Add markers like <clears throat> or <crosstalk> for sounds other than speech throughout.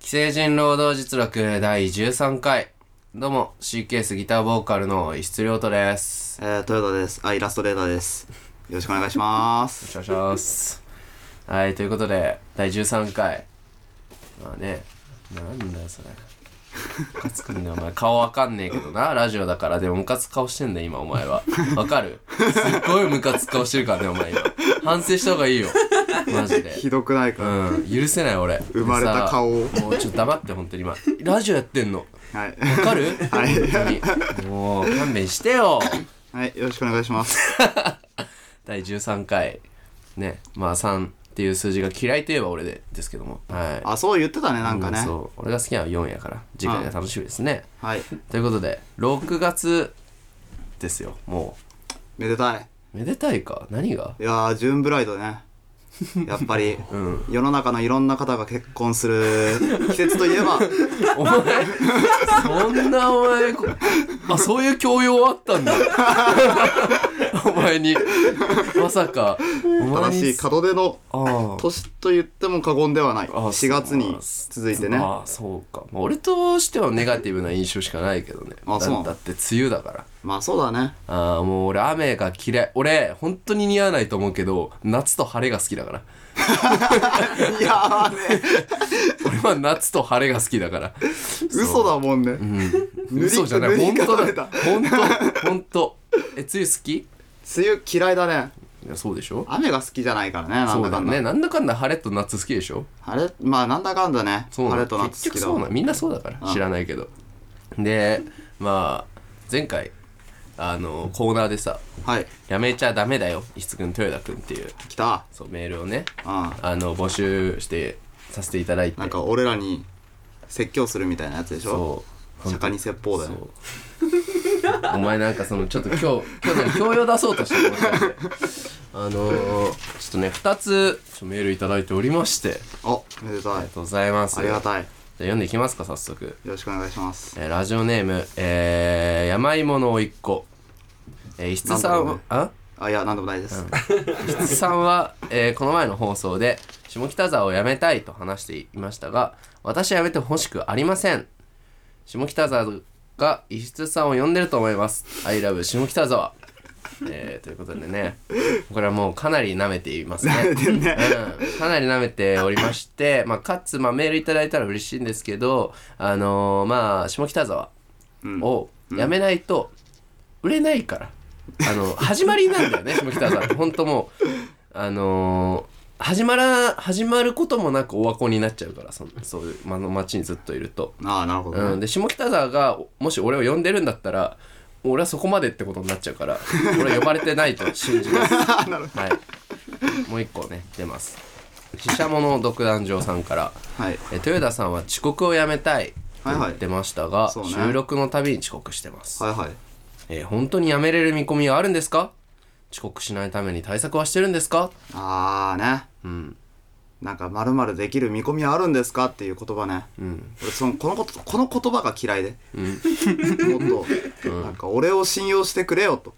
成人労働実録第13回。どうも、CKS ギターボーカルの石津亮太です。えー、トヨタです。あ、イラストレーターです。よろしくお願いしまおす。願いします。はい、ということで、第13回。まあね、なんだよ、それ。ムカつくんだよ、お前。顔わかんねえけどな、ラジオだから。でも、ムカつく顔してんだよ、今、お前は。わかるすっごいムカつく顔してるからね、お前今。反省した方がいいよ。マジで。 <laughs> ひどくないか、うん、許せない、俺。生まれた顔をでさもうちょっと黙って、本当に今。ラジオやってんの。はい。わかる <laughs> は本当にもう勘弁してよい。はい、よろしくお願いします。第13回ねまあ3っていう数字が嫌いといえば俺でですけどもはいあ、そう言ってたね、なんかねう。そう俺が好きなのは4やから次回が楽しみですねはい。ということで6月ですよもめでたい。うめでたいか何がいやー、ジューンブライドね。やっぱり、ん世の中のいろんな方が結婚する季節といえ <laughs> ば、お前そんなお前こあそういう教養あったん <laughs> だお前にまさかお前に新しい門出のああ年と言っても過言ではない。あ4月に続いてね。あそうか、まあ、俺としてはネガティブな印象しかないけどねあそうなだのだって梅雨だからまあそうだね。ああもう俺雨が嫌い俺本当に似合わないと思うけど夏と晴れが好きだから <laughs> <laughs> いやーね、 <laughs> 俺は夏と晴れが好きだから嘘だもんね。塗り嘘じゃない塗本り当固だめよた本当本当え梅雨好きい梅雨嫌いだね。やそうでしょ雨が好きじゃないからね、なそんうだだかよんだ。ねなんだかんだ晴れと夏好きでしょあれまあなんだかんだねそうな晴のれと結夏好局きだそうなのみんなそうだかうらん知らないけどでまあ前回あのコーナーでさはいやめちゃダメだよ、石津くん、豊田くんっていう、来たそう、メールをね、うあの、募集して、させていただいて。んなんか俺らに説教するみたいなやつでしょそう。釈迦に説法だよそう。お前なんかその、ちょっと今日、今日なんか教養出そうとしてるもしかしてあのー、ちょっとね、二つ、ちょっとメールいただいておりまして、おめであたりいがとうございます。ありがじゃあたいよ読んでいきますか、早速。ろしくお願いしますえーラジオネーム、えー、山芋のおいっ子。えー、石津さんは、なんだろうねああいやなんでもないです筒さんは、えーこの前の放送で下北沢を辞めたいと話していましたが私は辞めてほしくありません下北沢が石津さんを呼んでると思います「ILOVE 下北沢」えーということでねこれはもうかなり舐めていますねでねうんかなり舐めておりまして、まあ、かつ、まあ、メールいただいたら嬉しいんですけど、あのーまあ、下北沢をやめないと売れないから、あの始まりなんだよね下北沢って本当もうあのー始まら始まることもなくオワコンになっちゃうからそそういうまあの街にずっといると、ああなるほうどん、ねで下北沢がおもし俺を呼んでるんだったら俺はそこまでってことになっちゃうから俺呼ばれてないと信じ <laughs> ますはいもう一個ね出ます死者者の独壇場さんからはいえ豊田さんは遅刻をやめたいと言ってましたが、いはいそうね収録のたびに遅刻してます、はいはいえー本当にやめれる見込みはあるんですか遅刻しないために対策はしてるんですかああねうんなんかまるまるできる見込みはあるんですかっていう言葉ねうん俺そのこのことこの言葉が嫌いで、 <laughs> もっと、なんか俺を信用してくれよと、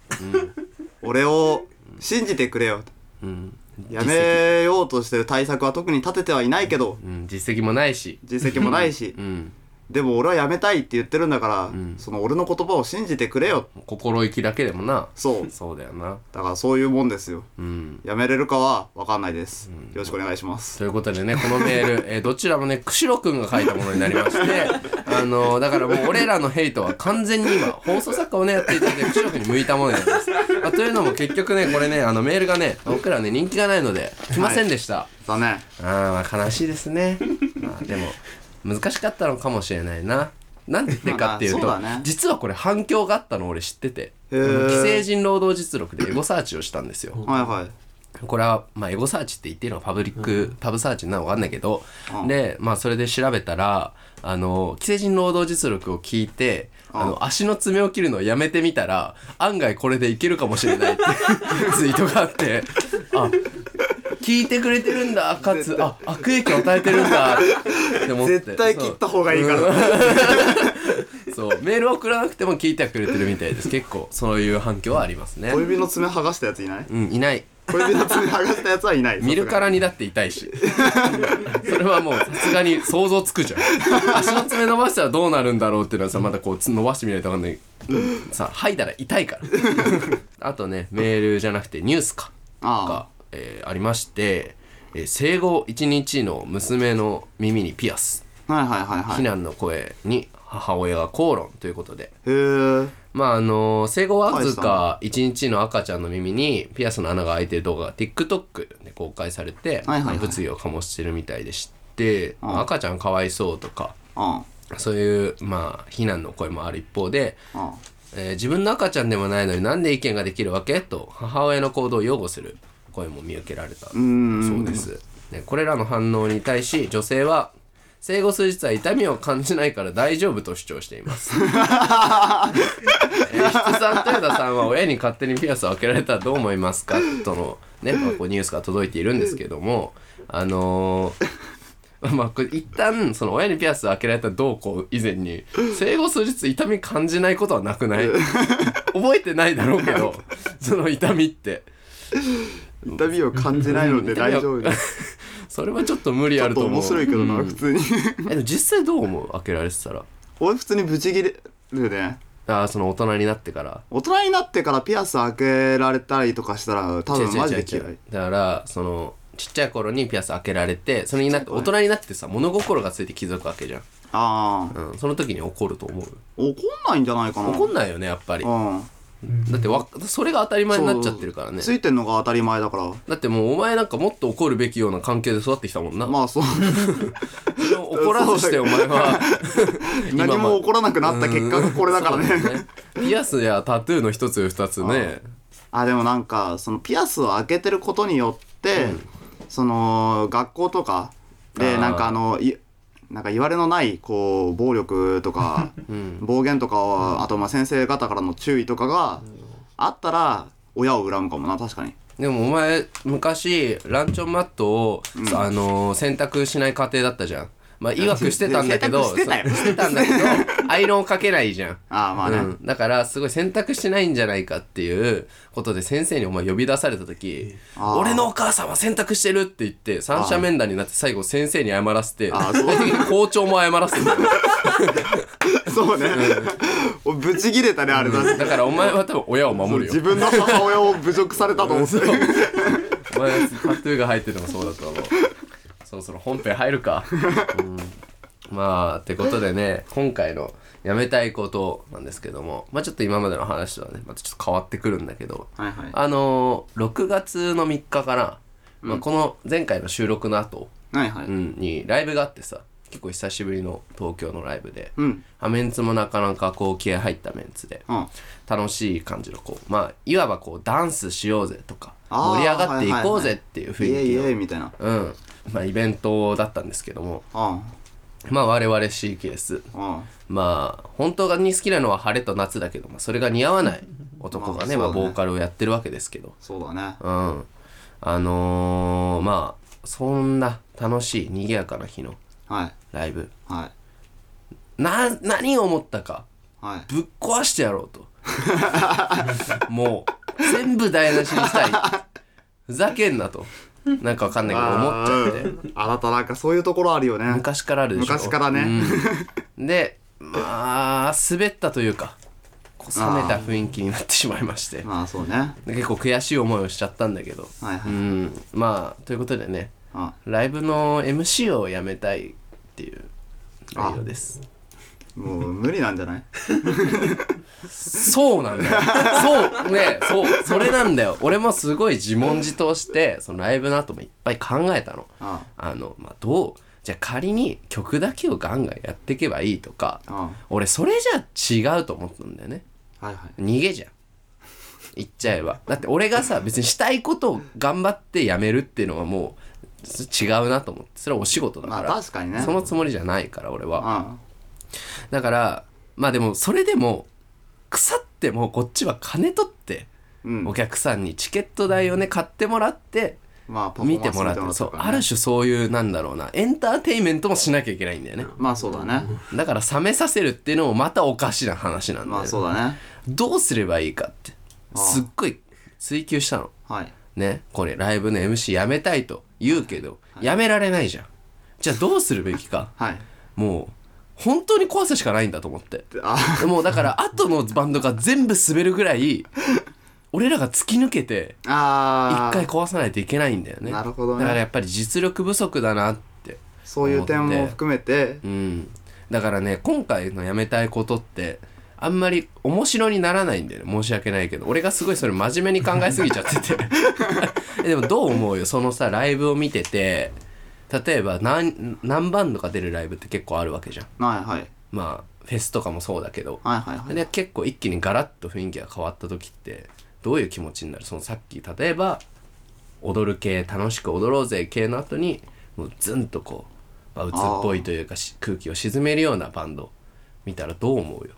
俺を信じてくれよとうんやめようとしてる対策は特に立ててはいないけどうん実績もないし実績もないしうんでも俺はやめたいって言ってるんだから、その俺の言葉を信じてくれよ心意気だけでもなそうそうだよなだからそういうもんですようんやめれるかは分かんないです、よろしくお願いしますということでね、このメール、えー <laughs> どちらもね、釧路くんが書いたものになりまして、 <laughs> あのーだからもう俺らのヘイトは完全に今、放送作家をね、やっていただいて、釧路くんに向いたものになります。まあというのも結局ね、これね、あのメールがね、僕らね、人気がないので、来ませんでした。だねあーまあ悲しいです <laughs> ねまあでも難しかったのかもしれないななんでかっていうと、まあそうだね実はこれ反響があったの俺知っててへーあの既成人労働実録でエゴサーチをしたんですよはいはいこれは、まあ、エゴサーチって言っていいのはパブリック、パブサーチなのかわかんないけど、うんで、まあ、それで調べたらあの既成人労働実録を聞いてあの足の爪を切るのをやめてみたら案外これでいけるかもしれ <laughs> ないってツイートがあってあ聞いてくれてるんだかつあ悪影響与えてるんだって思って絶対切った方がいいから、そうそうメールを送らなくても聞いてはくれてるみたいです結構そういう反響はありますね小指の爪剥がしたやついないうんいない恋人つに剥がしたやつはいない見るからにだって痛いしそれはもうさすがに想像つくじゃん足の爪伸ばしたらどうなるんだろうっていうのはさまだこうつ伸ばしてみないと分かんないさ吐いたら痛 <laughs> いからあとねメールじゃなくてニュースかがああ、えーありまして、えー生後1日の娘の耳にピアスはいはいはいはい非難の声に母親が口論ということでへえまああの生後わずか1日の赤ちゃんの耳にピアスの穴が開いてる動画が TikTok で公開されて、はいはいはい物議を醸してるみたいでして、まあ赤ちゃんかわいそうとかあそういうまあ非難の声もある一方で、ああえー自分の赤ちゃんでもないのになんで意見ができるわけと母親の行動を擁護する声も見受けられたあうんそうです、ね、これらの反応に対し女性は生後数日は痛みを感じないから大丈夫と主張しています <laughs> えー筆さんと枝さんは親に勝手にピアスを開けられたらどう思いますかとの、ねまあ、こうニュースが届いているんですけどもあのー <laughs> まあ、これ一旦その親にピアスを開けられたらどうこう以前に生後数日痛み感じないことはなく <laughs> ない覚えてないだろうけどその痛みって痛みを感じないので大丈夫です <laughs> それはちょっと無理あると思う面白いけどな、うん普通にえでも実際どう思う開けられてたら俺普通にブチギレるねああその大人になってから大人になってからピアス開けられたりとかしたら多分違う違うマジで違う嫌いだからそのちっちゃい頃にピアス開けられてそれになってちっちゃ大い頃人になってさ物心がついて気づくわけじゃん、ああうん、その時に怒ると思う怒んないんじゃないかな怒んないよねやっぱりうんだってわそれが当たり前になっちゃってるからねついてんのが当たり前だからだってもうお前なんかもっと怒るべきような環境で育ってきたもんな、まあそうそれを怒らずしてお前は <laughs> <laughs> 今何まも起こらなくなった結果がこれだからそうねだね <laughs> ピアスやタトゥーの一つ二つねあでもなんかそのピアスを開けてることによって、その学校とかであーなんかあのいなんか言われのないこう暴力 <laughs> とか暴言とかをあとまあ先生方からの注意とかがあったら親を恨むかもな確かにでもお前昔ランチョンマットを、さあのー洗濯しない家庭だったじゃんまあいわくしてたんだけど洗濯してたよそうしてたんだけ <laughs> どアイロンをかけないじゃんああまあね、うん、だからすごい洗濯してないんじゃないかっていうことで先生にお前呼び出された時「あー俺のお母さんは洗濯してる」って言って三者面談になって最後先生に謝らせてあーそう最終的に校長も謝らせてんだよそうね、俺 <laughs> ブチギレたねあれだ、だからお前は多分親を守る自よ分の母親を侮辱された <laughs> と思ってお前はタトゥーが入っててもそうだと思うそろそろ本編入るか、うん、まあってことでね今回のやめたいことなんですけどもまあちょっと今までの話とはねまたちょっと変わってくるんだけどはいはいあのー、6月の3日かな、まあ、この前回の収録の後、はいはいうん、にライブがあってさ結構久しぶりの東京のライブで、うんあメンツもなかなかこう気合入ったメンツで、うん楽しい感じのこうまあいわばこうダンスしようぜとかあー盛り上がっていこうぜっていう雰イエ囲イ気イエイのみたいなうんまあイベントだったんですけどもうんまあ我々 CKS うんまあ本当に好きなのは晴れと夏だけど、まあ、それが似合わない男がね,、ま <laughs> まああ、そうだねボーカルをやってるわけですけどそうだねうんあのー、まあそんな楽しい賑やかな日のはいライブはいな何を思ったかはいぶっ壊してやろうともう全部台無しにしたいふざけんなとなんかわかんないけど思っちゃっててあなたなんかそういうところあるよね昔からあるでしょ昔からね、うんでまあ滑ったというかこう冷めた雰囲気になってしまいまして <laughs> まあそうねはで結構悔しい思いをしちゃったんだけどいはうい、んまあということでねあライブの MC をやめたいっていう内容ですもう無理なんじゃないそうなんだよ。そう、ね、そう、それなんだよ。俺もすごい自問自答して、そのライブの後もいっぱい考えたの。ああの、まあ、どう、じゃあ仮に曲だけをガンガンやっていけばいいとか、あ俺それじゃ違うと思ったんだよね。はいはい逃げじゃん。言っちゃえば。だって俺がさ、別にしたいことを頑張ってやめるっていうのはもう、そ違うなと思って。それはお仕事だまかあら。確かにねそのつもりじゃないから、俺は。あだからまあでもそれでも腐ってもこっちは金取って、うんお客さんにチケット代をね買ってもらってまあパフォ見ーマてンスもらってみたいなのそうとかねある種そういうなんだろうなエンターテインメントもしなきゃいけないんだよねまあそうだねだから冷めさせるっていうのもまたおかしな話なんだよ、まねあそうだねどうすればいいかってああすっごい追求したのはいね、これライブの MC やめたいと言うけど、やめられないじゃん。じゃあどうするべきか。はいもう、本当に壊すしかないんだと思って。あもうだから、後のバンドが全部滑るぐらい、俺らが突き抜けて、あ一回ー壊さないといけないんだよね。なるほどねだからやっぱり実力不足だなって。そういう点も含めてうん。だからね、今回のやめたいことって、あんまり面白にならないんだよね。申し訳ないけど。俺がすごいそれ真面目に考えすぎちゃってて。え <laughs> でもどう思うよそのさ、ライブを見てて、例えば何、何バンドか出るライブって結構あるわけじゃん。はいはいまあ、フェスとかもそうだけど。はいはいはいで結構一気にガラッと雰囲気が変わった時ってどういう気持ちになるそのさっき例えば踊る系楽しく踊ろうぜ系の後にもうズンとこう、まあ、鬱っぽいというかし空気を沈めるようなバンド見たらどう思うよ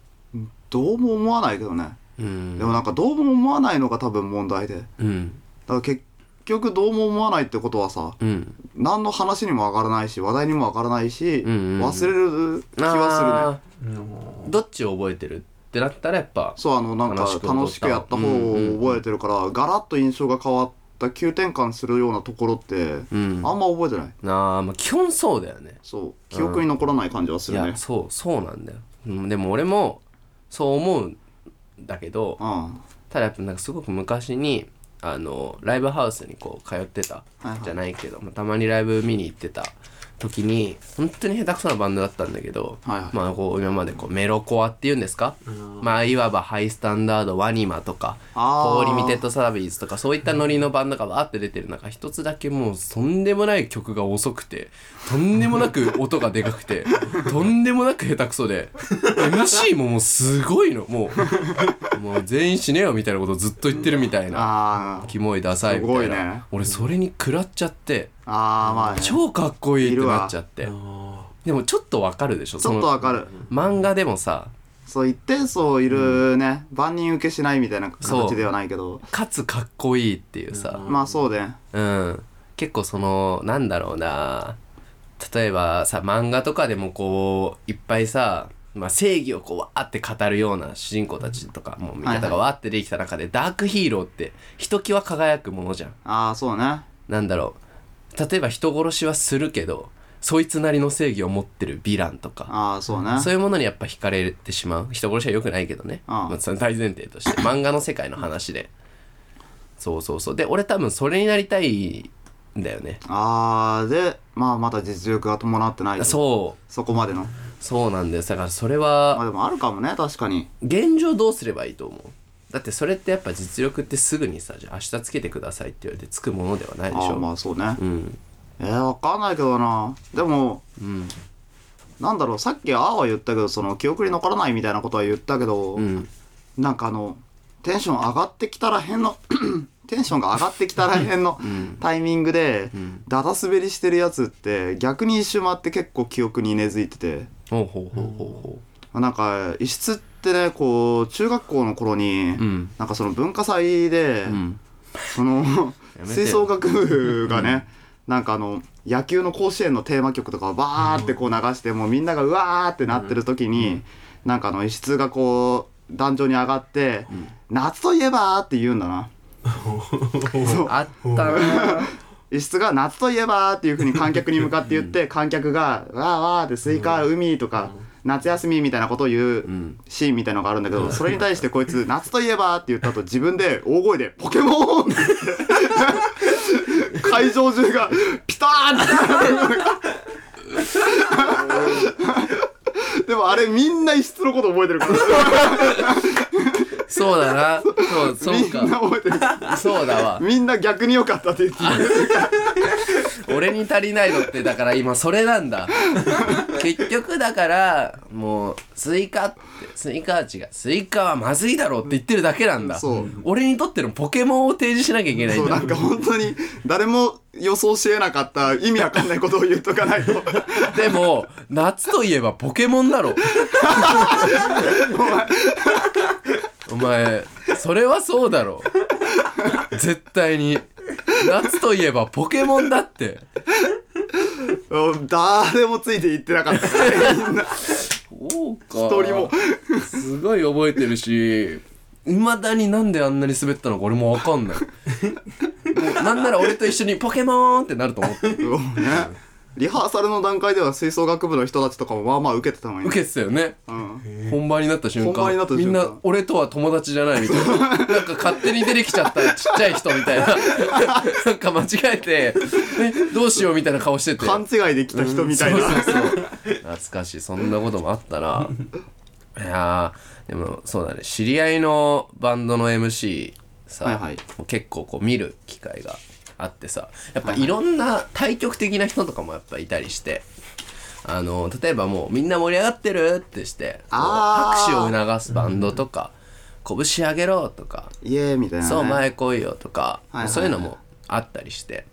どうも思わないけどねうんでもなんかどうも思わないのが多分問題でだかうんら結局どうも思わないってことはさうん何の話にも上がらないし話題にも上がらないし、うんうん忘れる気はするねあーどっちを覚えてるってなったらやっぱそうあのなんか楽しく踊った楽しくやった方を覚えてるから、ガラッと印象が変わった急転換するようなところって、うんあんま覚えてないなあまあ基本そうだよねそう記憶に残らない感じはすいるねやそうそうなんだよ、うん、でも俺もそう思うんだけどうんはただやっぱなんかすごく昔にあのライブハウスにこう通ってたいはいじゃないけど、まあたまにライブ見に行ってた時に本当に下手くそなバンドだったんだけど、はいはいまあこう今までこうメロコアっていうんですか、まあいわばハイスタンダードワニマとかあーホーリミテッドサービスとかそういったノリのバンドがわーって出てる中一つだけもうとんでもない曲が遅くてとんでもな <laughs> く音がでかくてとんでもなく下手くそで MC ももうすごいのもうもう全員死ねよみたいなことずっと言ってるみたいなあーキモいダサいみたいすごいなね俺それに食らっちゃってあーまあ、ね、ちょ超かっこいいってなっちゃってでもちょっとわかるでしょそっのとわかる漫画でもさそう一定層いるね、万人受けしないみたいなそう形ではないけどかつかっこいいっていうさまあそうねうん結構そのなんだろうな例えばさ漫画とかでもこういっぱいさまあ、正義をこうわーって語るような主人公たちとかもう味方がわーってできた中で、ダークヒーローってひときわ輝くものじゃんああそうねなんだろう例えば人殺しはするけどそいつなりの正義を持ってるヴィランとかああそうねそういうものにやっぱ惹かれてしまう人殺しは良くないけどねああまあその大前提と <laughs> して漫画の世界の話でそうそうそうで俺多分それになりたいんだよねああでまあまた実力が伴ってないそそうこまでのそうなんですだからそれまあはでもあるかもね確かに現状どうすればいいと思うだってそれってやっぱ実力ってすぐにさじゃあ明日つけてくださいって言われてつくものではないでしああょ、まあそうね、うんえー、わかんないけどなでもうんなんだろうさっきああは言ったけどその記憶に残らないみたいなことは言ったけど、うんなんかあのテンション上がってきたらへんの <clears throat> テンションが上がってきたらへんのタイミングで、ダダ滑りしてるやつって逆に一周回って結構記憶に根付いててほうほうほうほうほなんか異質ってねこう中学校の頃に、ううんなんかその文化祭で、うんそ <laughs> のやめてよ吹奏楽部がねなんかあの野球の甲子園のテーマ曲とかをバーってこう流してもうみんながうわーってなってる時になんかあの石通がこう壇上に上がって「夏といえば」って言うんだな。そうあったな石津が「夏といえば」っていうふうに観客に向かって言って観客が「わーわー」って「スイカ海」とか「夏休み」みたいなことを言うシーンみたいのがあるんだけどそれに対してこいつ「 <laughs> 夏といえば」って言った後自分で大声で「ポケモン!」って言って <laughs> 会場中がピターンって <laughs> でもあれみんな石津のこと覚えてるかそうだなそうらそうみんなか覚えてるそうだわみんな逆に良かったって言ってる俺に足りないのってだから今それなんだ結局だからもうスイカってスイカは違うスイカはまずいだろうって言ってるだけなんだそう俺にとってのポケモンを提示しなきゃいけないそんうなだんか本当に誰も予想しえなかった意味わかんないことを言っとかないと <laughs> でも夏といえばポケモンだろお前それはそうだろ絶対に夏といえばポケモンだってうん誰もついていってなかったからみんなそうか一人もすごい <laughs> 覚えてるし、いまだになんであんなに滑ったのか俺もわかんない。もうなんなら俺と一緒にポケモンってなると思ってうおね <laughs> リハーサルの段階では吹奏楽部の人たちとかもまあまあ受けてたのに、受けてたよねうん、本番になった瞬間本番になった瞬間みんな俺とは友達じゃないみたいななんか勝手に出てきちゃったちっちゃい人みたいななんか間違えてえどうしようみたいな顔してて勘違いできた人みたいな、そうそうそう懐かしいそんなこともあった <laughs> ないやーでもそうだね知り合いのバンドの MC さ、はいはい結構こう見る機会があってさやっぱいろんな対極的な人とかもやっぱいたりして。あの例えばもうみんな盛り上がってるってしてこうあー拍手を促すバンドとか拳上げろとか <laughs> イエーイみたいな、ね、そう前来いよとか、はいはいはいそういうのもあったりして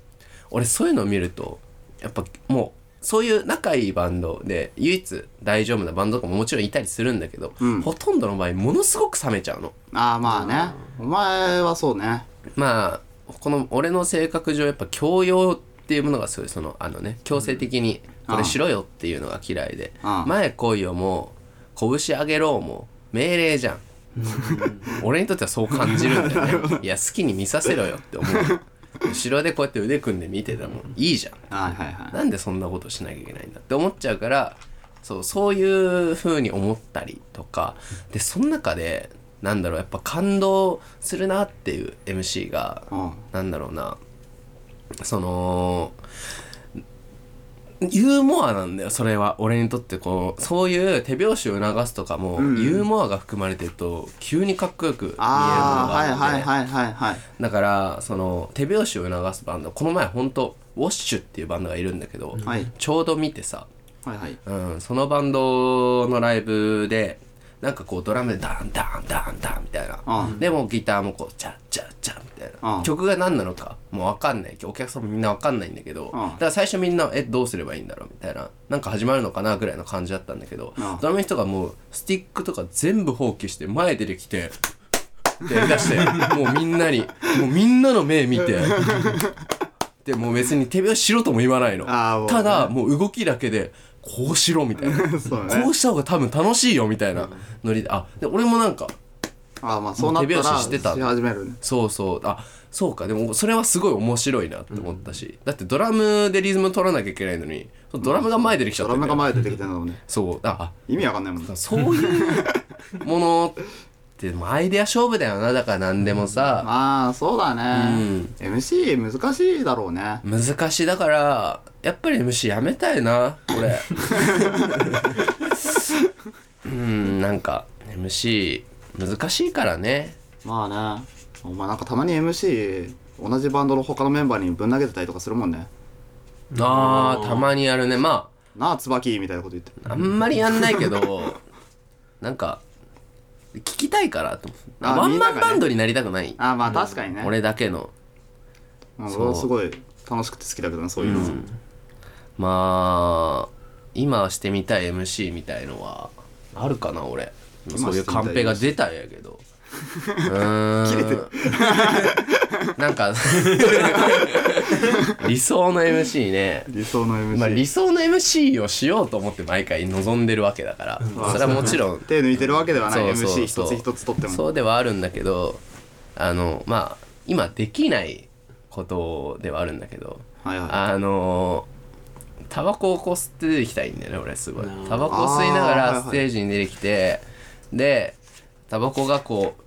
俺そういうのを見るとやっぱもうそういう仲いいバンドで唯一大丈夫なバンドとかももちろんいたりするんだけど、うんほとんどの場合ものすごく冷めちゃうの。ああまあね、お前はそうねまあこの俺の性格上やっぱ強要っていうものがすごいそのあのね強制的にこれしろよっていうのが嫌いで「うん前来いよ」も「拳上げろ」も命令じゃん俺にとってはそう感じるんだよねいや好きに見させろよって思う後ろでこうやって腕組んで見てたもんいいじゃんはいはいはいなんでそんなことしなきゃいけないんだって思っちゃうからそうそういう風に思ったりとかでその中でなんだろうやっぱ感動するなっていう MC がうんなんだろうなそのユーモアなんだよそれは俺にとってこうそういう手拍子を促すとかも、うんユーモアが含まれてると急にかっこよく見えるものああがあはるいんではいはいはいはいだからその手拍子を促すバンドこの前本当ウォッシュっていうバンドがいるんだけど、はいちょうど見てさ、はいはいうん、そのバンドのライブでなんかこうドラムでダンダンダンダンみたいな、うんでもうギターもこうチャッチャッチャッみたいな、うん曲が何なのかもう分かんないお客さんもみんな分かんないんだけど、うんだから最初みんなえどうすればいいんだろうみたいななんか始まるのかなぐらいの感じだったんだけど、うんドラムの人がもうスティックとか全部放棄して前出てきて。って出してもうみんなにもうみんなの目見 <laughs> てでもう別に手拍子しろとも言わないのあーもうねただもう動きだけでこうしろみたいな <laughs> そう <laughs> ねこうした方が多分楽しいよみたいなノリであで俺もなんかああまあそうなったもう手ら拍子してたし始めるねそうそうあそうかでもそれはすごい面白いなって思ったし、だってドラムでリズム取らなきゃいけないのにドラムが前出てきちゃっドたラんだムよが前出てきてんのもねそうあ意味わかんないもんねそういうものってでもアイデア勝負だよなだから何でもさ、まあそうだね、MC 難しいだろうね難しいだからやっぱり MC やめたいな <laughs> 俺うんなんか MC 難しいからねまあねお前なんかたまに MC 同じバンドの他のメンバーにぶん投げてたりとかするもんねあーたまにやるねまなあ椿みたいなこと言ってああんまりやんないけどなんか聞きたいからと思ってあワみンんなマがンねバンドになりたくない、ああまあ確かにね、俺だけのうんそう俺はすごい楽しくて好きだけどねそういうの、まあ今してみたい MC みたいのはあるかな俺今そういうカンペが出たんやけどうーん切れてるなんか <laughs> 理想の MC ね理想の MC、まあ理想の MC をしようと思って毎回望んでるわけだから、それはもちろん手抜いてるわけではないそうそう MC そ一うつ一つ取ってもそうではあるんだけどあのまあ今できないことではあるんだけど、はいはいあのタバコをこう吸って出てきたいんだよね俺すごいなるほどタバコを吸いながあーはいはらいステージに出てきて、でタバコがこう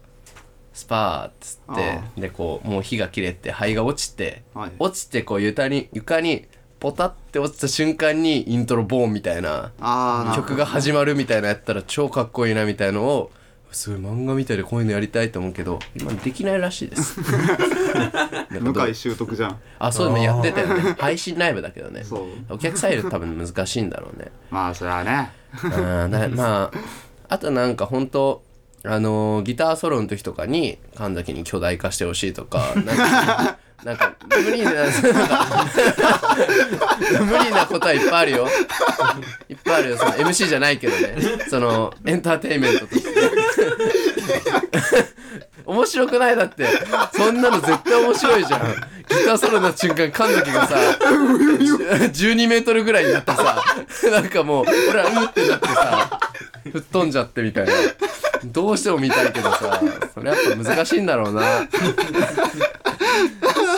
スパーっつってあでこうもう火が切れて灰が落ちて、はい落ちてこう床に床にポタって落ちた瞬間にイントロボーンみたいなああなるほ曲が始まるみたいなやったら超かっこいいなみたいのをすごい漫画みたいでこういうのやりたいと思うけど今できないらしいです <laughs> ど向井習得じゃんあそういうのやってたよね配信ライブだけどねそうお客さんいると多分難しいんだろうねまあそれ <laughs> はねうんだまああとなんか本当あのーギターソロの時とかに神崎に巨大化してほしいとかなんかなんか無理ななんか無理なことはいっぱいあるよいっぱいあるよその MC じゃないけどねそのエンターテインメントとして面白くないだってそんなの絶対面白いじゃんギターソロの瞬間神崎がさ12メートルぐらいになってさなんかもう俺はうってなってさ吹っ飛んじゃってみたいなどうしても見たいけどさそれやっぱ難しいんだろうな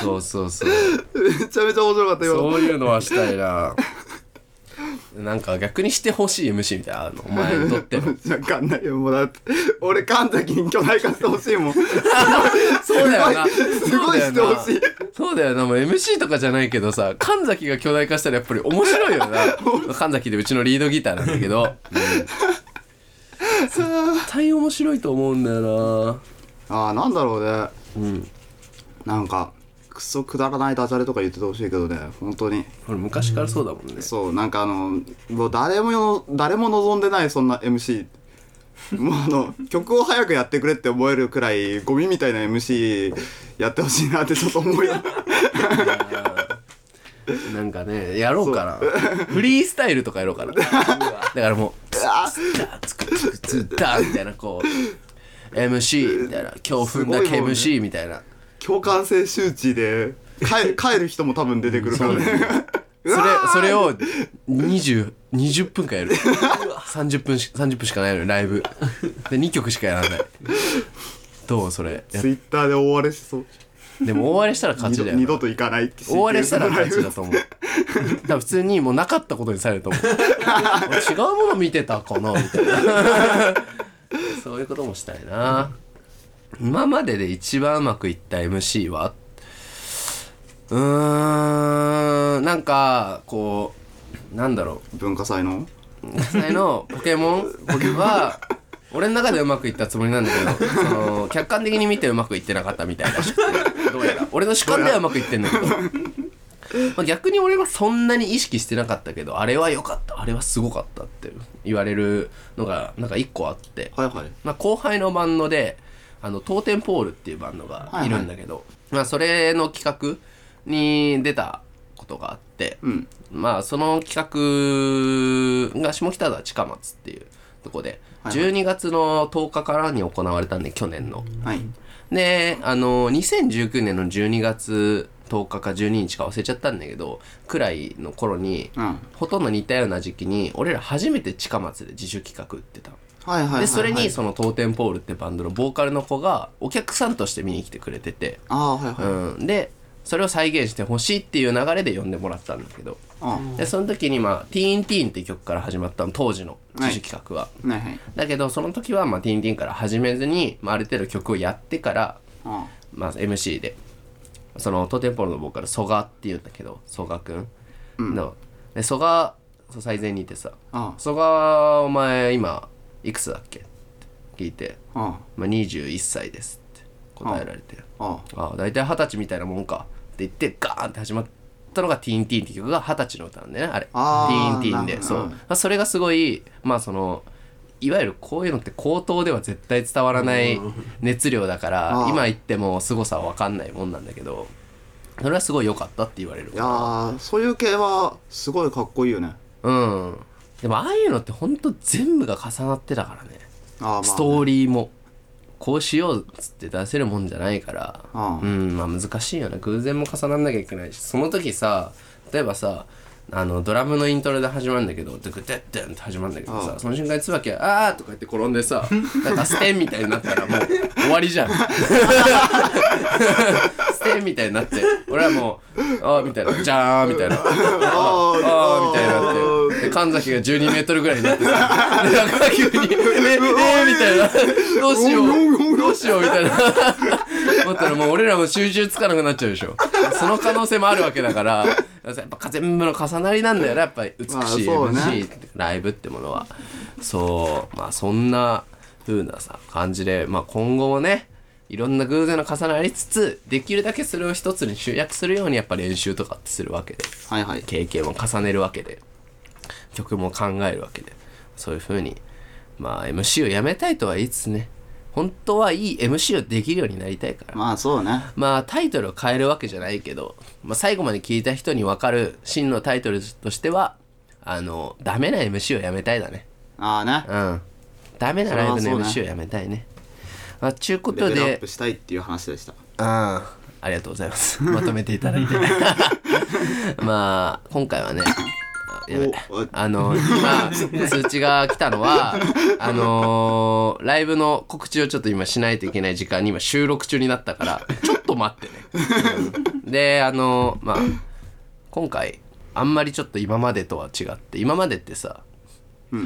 そそうそうそうめちゃめちゃ面白かった今のそういうのはしたいななんか逆にしてほしい MC みたいなのあるのお前にとっての <laughs> わかんないよもうだって俺神崎に巨大化してほしいもんそうだよなすごいしてほしいそうだよなもう MC とかじゃないけどさ神崎が巨大化したらやっぱり面白いよな神崎でうちのリードギターなんだけど、うん絶対面白いと思うんだよああなんだろうねなうんなんかクソくだらないダジャレとか言っててほしいけどね本当に俺昔からそうだもんねそうなんかあのもう誰もよ誰も望んでないそんな MC もうあの曲を早くやってくれって思えるくらいゴミみたいな MC やってほしいなって <laughs> ちょっと思いななんかねやろうかなフリースタイルとかやろうかなだからもうツッダーツクツクツッダーみたいなこう MC みたいな今日踏んだすごいもんね KMC みたいな共感性周知で帰帰る人も多分出てくるからねそれそれを2020分間やる30分し30分しかないのよライブで2曲しかやらないどうそれや <laughs> ツイッターで大荒れしそうでも大荒れしたら勝二ち度だよな二度と行かないって大荒れしたら勝ちだと思う多分普通にもうなかったことにされると思う違うもの見てたかなみたいなそういうこともしたいな今までで一番うまくいった MC はうーんなんかこうなんだろ文化祭のう実際のポケモンは俺の中でうまくいったつもりなんだけどその客観的に見てうまくいってなかったみたいなどうやら俺の主観ではうまくいってんだけどまあ、逆に俺はそんなに意識してなかったけどあれは良かったあれはすごかったって言われるのがなんか一個あって、はいはいまあ、後輩のバンドであのトーテンポールっていうバンドがいるんだけど、まあ、それの企画に出たことがあって、うんまあその企画が下北沢近松っていうとこで、はいは12月の10日からに行われたんで去年の。はいで、あの、2019年の12月10日か12日か忘れちゃったんだけど、くらいの頃に、うんほとんど似たような時期に、俺ら初めて近松で自主企画売ってたの。はいはいはいはいで、それにそのトーテンポールってバンドのボーカルの子がお客さんとして見に来てくれてて、ああーはいはい、うん。で、それを再現してほしいっていう流れで呼んでもらったんだけど、あで、その時にまあ、ティーンティーンって曲から始まったの、当時の自主企画は。あはいはいだけど、その時はまあ、ティーンティーンから始めずに、まあ、ある程度曲をやってから、あまあ、MC でそのトテンポールのボーカル蘇我っていうんだけど蘇我くんの、で蘇我そう最前にいてさああ蘇我お前今いくつだっけ?」って聞いてああ「まあ、21歳です」って答えられて「あああ大体二十歳みたいなもんか」って言ってガーンって始まったのが「ティーンティーン」って曲が二十歳の歌なんだよねあれ「あティーーンティーンで」なるほそどう、まあ、それがすごいまあそのいわゆるこういうのって口頭では絶対伝わらない熱量だからあー今言っても凄さは分かんないもんなんだけどそれはすごい良かったって言われるいやーそういう系はすごいかっこいいよねうんでもああいうのってほんと全部が重なってたからねあーまあストーリーもこうしようっつって出せるもんじゃないからああうんまあ難しいよね偶然も重なんなきゃいけないしその時さ例えばさあのドラムのイントロで始まるんだけどドゥクデッデンって始まるんだけどあさあその瞬間に椿が「あー」とか言って転んで <laughs> さ「なんかステン」みたいになったらもう終わりじゃん <laughs> ステンみたいになって俺はもう「あー」みたいな「じゃーん」みた <laughs> いな「あー」あーみたいになってで神崎が1 2ルぐらいになってさでなんか急に「えええみたいな「どうしようどうしよう」みたいな思ったらもう俺らも集中つかなくなっちゃうでしょその可能性もあるわけだからやっぱ全部の重なりなんだよなやっぱり美しいまあそうね MC ライブってものはそうまあそんな風なさ感じで、まあ、今後もねいろんな偶然の重なりつつできるだけそれを一つに集約するようにやっぱ練習とかってするわけではいはい経験も重ねるわけで曲も考えるわけでそういう風にまあ MC をやめたいとは言いつつね本当はいい MC をできるようになりたいからまあそうねまあタイトルを変えるわけじゃないけど、まあ、最後まで聞いた人に分かる真のタイトルとしてはあのダメな MC をやめたいだねああねうんダメなライブそれのはそ MC うをやめたいねあちゅうこレとベルアッでプしたいっていう話でしたうんありがとうございます <laughs> まとめていただいてまあ今回はねあやべおああの今通知が来たのは <laughs> あのーライブの告知をちょっと今しないといけない時間に今収録中になったからちょっともあってね、うんであのまあ今回あんまりちょっと今までとは違って今までってさ、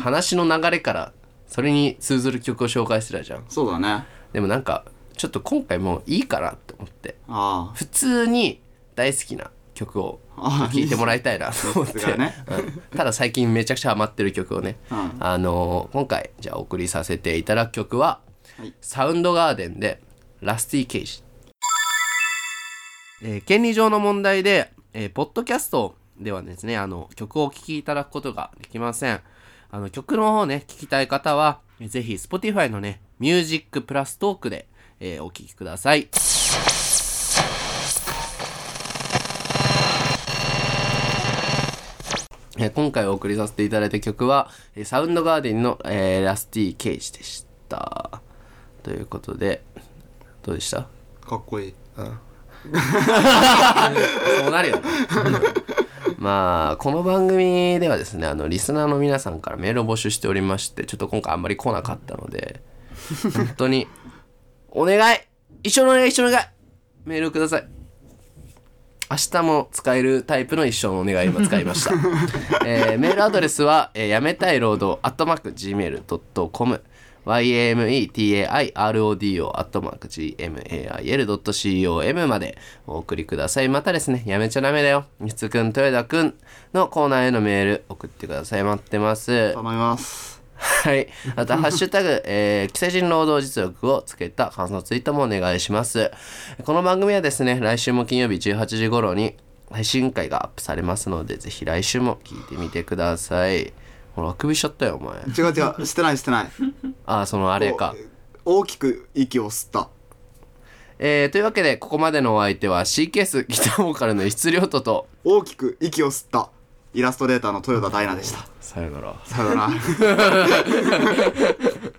話の流れからそれに通ずる曲を紹介してたじゃんそうだねあでもなんかちょっと今回もういいかなって思ってあ普通に大好きな曲をああ聴いてもらいたいなと思っさてすがねうんただ最近めちゃくちゃハマってる曲をね、うんあのー今回じゃあお送りさせていただく曲は、はいサウンドガーデンで「ラスティ・ケイジ」えー権利上の問題で、えーポッドキャストではですねあの曲をお聴きいただくことができませんあの曲の方ね聞きたい方はえーぜひ Spotify のね「ミュージックプラストークで」えーお聴きくださいえー今回お送りさせていただいた曲は、えーサウンドガーデンの、えーラスティ・ケイジでした。ということで、どうでしたかっこいいそうなるよね。 <laughs> うんまあ、この番組ではですね、あの、リスナーの皆さんからメールを募集しておりまして、ちょっと今回あんまり来なかったので、本当に、お願い一緒のお願い一緒のお願いメールをください。明日も使えるタイプの一生のお願い今使いました、えーメールアドレスは、えーやめたい労働アットマーク Gmail.com yametairodo アットマーク gmail.com までお送りくださいまたですねやめちゃダメだよみつくん豊田くんのコーナーへのメール送ってください待ってます頼みますはい。また、ハッシュタグ、えー、既成人労働実力をつけた感想ツイートもお願いします。この番組はですね、来週も金曜日18時頃に配信会がアップされますので、ぜひ来週も聞いてみてください。ほら、あくびしちゃったよ、お前。違う <laughs> 違うしてないしてないあー、そのあれか。大きく息を吸ったえー、というわけで、ここまでのお相手は C ケースギターボーカルの質量とと、大きく息を吸ったイラストレーターの豊田大奈でしたさよなら。さようなら